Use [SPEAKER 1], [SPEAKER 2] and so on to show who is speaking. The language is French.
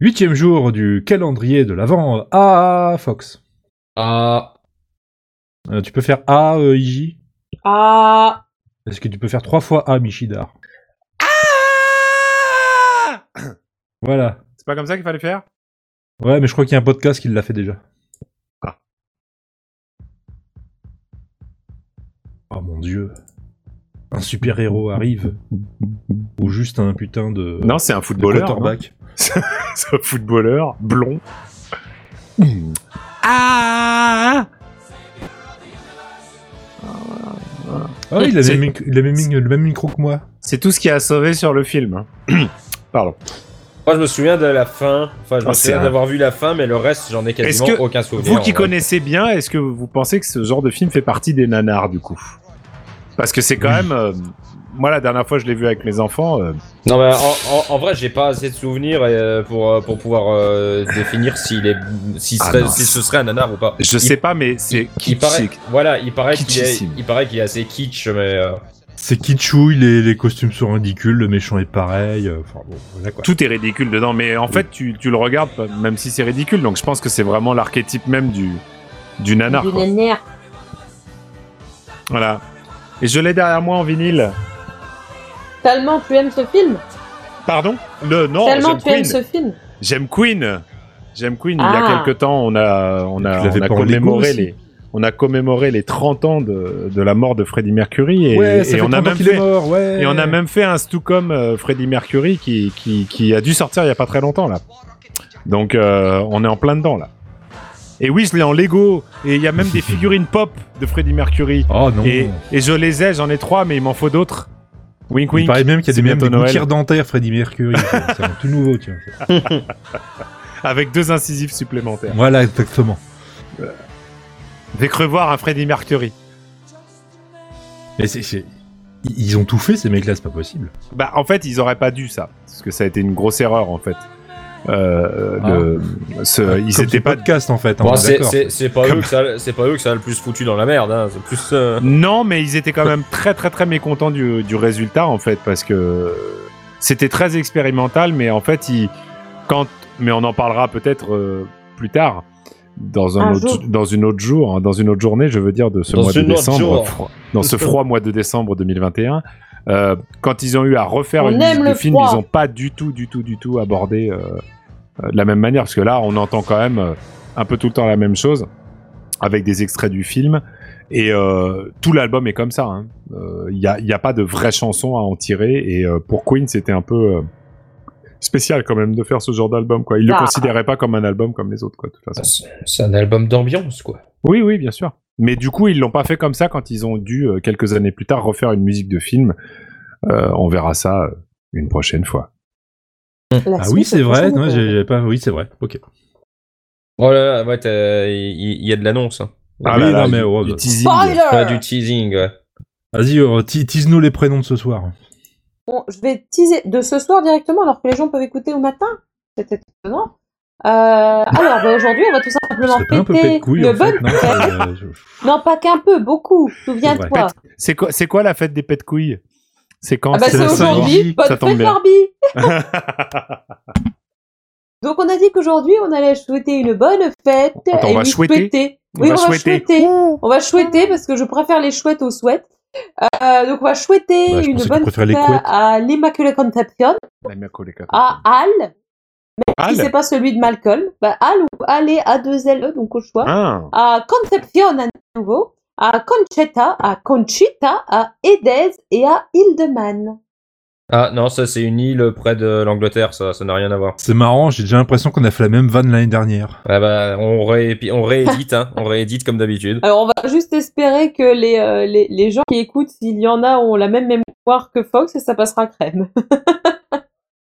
[SPEAKER 1] Huitième jour du calendrier de l'Avent à Fox.
[SPEAKER 2] Ah,
[SPEAKER 1] Euh, tu peux faire A, euh, IJ.
[SPEAKER 3] Ah
[SPEAKER 1] Est-ce que tu peux faire trois fois A, Michidar
[SPEAKER 4] Ah
[SPEAKER 1] Voilà.
[SPEAKER 4] C'est pas comme ça qu'il fallait faire
[SPEAKER 1] Ouais, mais je crois qu'il y a un podcast qui l'a fait déjà.
[SPEAKER 4] Ah.
[SPEAKER 1] Oh mon dieu. Un super-héros arrive. Ou juste un putain de.
[SPEAKER 4] Non, c'est un
[SPEAKER 1] de
[SPEAKER 4] footballeur. non
[SPEAKER 1] quarterback.
[SPEAKER 4] C'est un footballeur blond.
[SPEAKER 2] ah
[SPEAKER 1] Ah oui, il a,
[SPEAKER 4] C'est-
[SPEAKER 1] même mic- il a même mic- le même micro que moi.
[SPEAKER 4] C'est tout ce qui a sauvé sur le film. hein. Pardon.
[SPEAKER 2] Moi, je me souviens de la fin. Enfin, je
[SPEAKER 4] Ah,
[SPEAKER 2] me
[SPEAKER 4] c'est
[SPEAKER 2] souviens
[SPEAKER 4] un-
[SPEAKER 2] d'avoir vu la fin, mais le reste, j'en ai quasiment
[SPEAKER 4] Est-ce que
[SPEAKER 2] aucun souvenir.
[SPEAKER 4] Vous qui
[SPEAKER 2] en vrai.
[SPEAKER 4] connaissez bien, est-ce que vous pensez que ce genre de film fait partie des nanars du coup Parce que c'est quand
[SPEAKER 1] Oui.
[SPEAKER 4] même. euh, moi, la dernière fois, je l'ai vu avec mes enfants. euh,
[SPEAKER 2] Non, mais en, en- en vrai, j'ai pas assez de souvenirs euh, pour, euh, pour pouvoir euh, définir s'il est, si,
[SPEAKER 4] Ah,
[SPEAKER 2] serait-
[SPEAKER 4] non.
[SPEAKER 2] si ce serait un nanar ou pas.
[SPEAKER 4] je
[SPEAKER 2] Il-
[SPEAKER 4] sais pas, mais c'est.
[SPEAKER 2] Il paraît,
[SPEAKER 4] c'est-
[SPEAKER 2] voilà, il paraît qu'il est,
[SPEAKER 4] kitschissime.
[SPEAKER 2] il paraît qu'il est assez kitsch, mais euh,
[SPEAKER 1] C'est kitschouille, les, les costumes sont ridicules, le méchant est pareil. euh, Enfin bon, voilà quoi.
[SPEAKER 4] Tout est ridicule dedans, mais en fait, tu, tu le regardes, pas- même si c'est ridicule. Donc, je pense que c'est vraiment l'archétype même du, du nanar.
[SPEAKER 3] Du
[SPEAKER 4] quoi.
[SPEAKER 3] nerf.
[SPEAKER 4] Voilà. Et je l'ai derrière moi en vinyle.
[SPEAKER 3] Tellement tu aimes ce film
[SPEAKER 4] Pardon Le, Non,
[SPEAKER 3] Tellement
[SPEAKER 4] Oh, j'aime
[SPEAKER 3] tu aimes
[SPEAKER 4] Queen.
[SPEAKER 3] ce film
[SPEAKER 4] J'aime Queen. J'aime Queen. Il y a
[SPEAKER 3] Ah.
[SPEAKER 4] quelques temps, on a, on a,
[SPEAKER 1] Tu l'avais
[SPEAKER 4] on a
[SPEAKER 1] pas en Lego
[SPEAKER 4] commémoré
[SPEAKER 1] aussi
[SPEAKER 4] les. On a commémoré les 30 ans de, de la mort de Freddie Mercury et,
[SPEAKER 1] ouais,
[SPEAKER 4] et
[SPEAKER 1] ça fait
[SPEAKER 4] on
[SPEAKER 1] 30
[SPEAKER 4] a
[SPEAKER 1] ans
[SPEAKER 4] même
[SPEAKER 1] qu'il est
[SPEAKER 4] fait
[SPEAKER 1] mort, ouais.
[SPEAKER 4] et on a même fait un Stucom euh, Freddie Mercury qui, qui, qui a dû sortir il y a pas très longtemps là. Donc euh, on est en plein dedans là. Et oui, je l'ai en Lego et il y a même des figurines pop de Freddie Mercury
[SPEAKER 1] Oh non.
[SPEAKER 4] et, et je les ai, j'en ai trois mais il m'en faut d'autres. Wink
[SPEAKER 1] Il
[SPEAKER 4] wink.
[SPEAKER 1] paraît même qu'il y
[SPEAKER 4] c'est
[SPEAKER 1] a des, même
[SPEAKER 4] bientôt
[SPEAKER 1] des
[SPEAKER 4] Noël.
[SPEAKER 1] gouttières dentaires, Freddie Mercury. c'est un tout nouveau, tiens.
[SPEAKER 4] avec deux incisifs supplémentaires.
[SPEAKER 1] Voilà, exactement.
[SPEAKER 4] J'ai cru voir un Freddie Mercury.
[SPEAKER 1] Mais c'est, c'est- Ils ont tout fait, ces mecs-là, c'est pas possible.
[SPEAKER 4] Bah, en fait, ils auraient pas dû ça, parce que ça a été une grosse erreur, en fait. Euh,
[SPEAKER 1] Ah.
[SPEAKER 4] le- ce-
[SPEAKER 1] Comme
[SPEAKER 4] Euh, ils
[SPEAKER 1] ce
[SPEAKER 4] étaient pas.
[SPEAKER 1] podcast, en fait. hein,
[SPEAKER 2] bon,
[SPEAKER 1] on est
[SPEAKER 2] c'est-
[SPEAKER 1] d'accord.
[SPEAKER 2] c'est c'est pas
[SPEAKER 4] Comme-
[SPEAKER 2] eux que ça, c'est pas eux que ça a le plus foutu dans la merde. Hein. C'est plus. euh,
[SPEAKER 4] Non, mais ils étaient quand même très, très, très mécontents du, du résultat, en fait, parce que c'était très expérimental, mais en fait, ils, quand, mais on en parlera peut-être euh, plus tard. Dans, un
[SPEAKER 3] Un
[SPEAKER 4] autre,
[SPEAKER 3] jour.
[SPEAKER 4] dans une autre jour, hein, dans une autre journée, je veux dire, de ce
[SPEAKER 2] Dans
[SPEAKER 4] mois de
[SPEAKER 2] une autre
[SPEAKER 4] décembre,
[SPEAKER 2] jour.
[SPEAKER 4] froid- dans ce froid mois de décembre 2021, euh, quand ils ont eu à refaire
[SPEAKER 3] On
[SPEAKER 4] une
[SPEAKER 3] aime
[SPEAKER 4] musique de
[SPEAKER 3] le
[SPEAKER 4] film,
[SPEAKER 3] froid.
[SPEAKER 4] ils n'ont pas du tout, du tout, du tout abordé euh, euh, de la même manière, parce que là, on entend quand même euh, un peu tout le temps la même chose, avec des extraits du film, et euh, tout l'album est comme ça. hein. Euh, Il n'y a, il y a pas de vraie chanson à en tirer, et euh, pour Queen, c'était un peu euh, spécial quand même de faire ce genre d'album. Quoi. Ils ne le
[SPEAKER 3] Ah.
[SPEAKER 4] considéraient pas comme un album comme les autres, quoi, de toute façon.
[SPEAKER 2] C'est c'est un album d'ambiance, quoi.
[SPEAKER 4] Oui, oui, bien sûr. Mais du coup, ils l'ont pas fait comme ça quand ils ont dû, euh, quelques années plus tard, refaire une musique de film. Euh, on verra ça euh, une prochaine fois.
[SPEAKER 3] La
[SPEAKER 1] Ah
[SPEAKER 3] suite,
[SPEAKER 1] oui, c'est
[SPEAKER 3] la
[SPEAKER 1] vrai.
[SPEAKER 3] prochaine
[SPEAKER 1] non,
[SPEAKER 3] étape.
[SPEAKER 1] j'ai- j'avais pas... Oui, c'est vrai. Ok.
[SPEAKER 2] Oh là là, ouais, t'as- il il- il y, a de l'annonce. hein.
[SPEAKER 1] Ah oui, non, mais,
[SPEAKER 4] du-
[SPEAKER 1] oh,
[SPEAKER 4] du
[SPEAKER 1] bah.
[SPEAKER 4] teasing.
[SPEAKER 3] Spoiler
[SPEAKER 2] Pas du teasing. ouais.
[SPEAKER 1] Vas-y, euh, ti- tease-nous les prénoms de ce soir.
[SPEAKER 3] Bon, je vais teaser de ce soir directement alors que les gens peuvent écouter au matin. C'est étonnant. Euh, alors, bah, aujourd'hui, on va tout simplement
[SPEAKER 1] serait pas un peu
[SPEAKER 3] péter
[SPEAKER 1] pète couille,
[SPEAKER 3] une
[SPEAKER 1] en fait, non
[SPEAKER 3] bonne
[SPEAKER 1] Euh, je-
[SPEAKER 3] Non, pas qu'un peu, beaucoup. Souviens-toi.
[SPEAKER 4] C'est quoi, c'est quoi la fête des pets de couilles C'est quand
[SPEAKER 3] Ah bah
[SPEAKER 1] c'est
[SPEAKER 3] c'est
[SPEAKER 1] la Saint-Jean.
[SPEAKER 3] aujourd'hui.
[SPEAKER 4] Ça
[SPEAKER 3] Bonne
[SPEAKER 4] tombe
[SPEAKER 3] fête
[SPEAKER 4] bien.
[SPEAKER 3] Barbie. Donc on a dit qu'aujourd'hui on allait souhaiter une bonne fête
[SPEAKER 4] Attends, on
[SPEAKER 3] et
[SPEAKER 4] va
[SPEAKER 3] lui
[SPEAKER 4] souhaiter. On
[SPEAKER 3] Oui,
[SPEAKER 4] va
[SPEAKER 3] on va
[SPEAKER 4] souhaiter.
[SPEAKER 3] souhaiter. On va souhaiter parce que je préfère les chouettes aux souhaits. Euh, donc on va souhaiter
[SPEAKER 1] Bah, je
[SPEAKER 3] une
[SPEAKER 1] pensais que tu
[SPEAKER 3] bonne
[SPEAKER 1] préférais
[SPEAKER 3] fête
[SPEAKER 1] les couettes.
[SPEAKER 3] à l'Immaculée Conception, à Al,
[SPEAKER 4] Al
[SPEAKER 3] Ah, qui c'est pas celui de Malcolm, bah, Al ou Allez à 2 L E, donc au choix,
[SPEAKER 4] Ah.
[SPEAKER 3] à Conception à nouveau, à Conchetta, à Conchita, à Edez et à Hildeman.
[SPEAKER 2] Ah non, ça c'est une île près de l'Angleterre, ça, ça n'a rien à voir.
[SPEAKER 1] C'est marrant, j'ai déjà l'impression qu'on a fait la même vanne l'année dernière.
[SPEAKER 2] Ah bah, on, réépi- on réédite, hein, on réédite comme d'habitude.
[SPEAKER 3] Alors, on va juste espérer que les, euh, les, les gens qui écoutent, s'il y en a, ont la même mémoire que Fox et ça passera crème.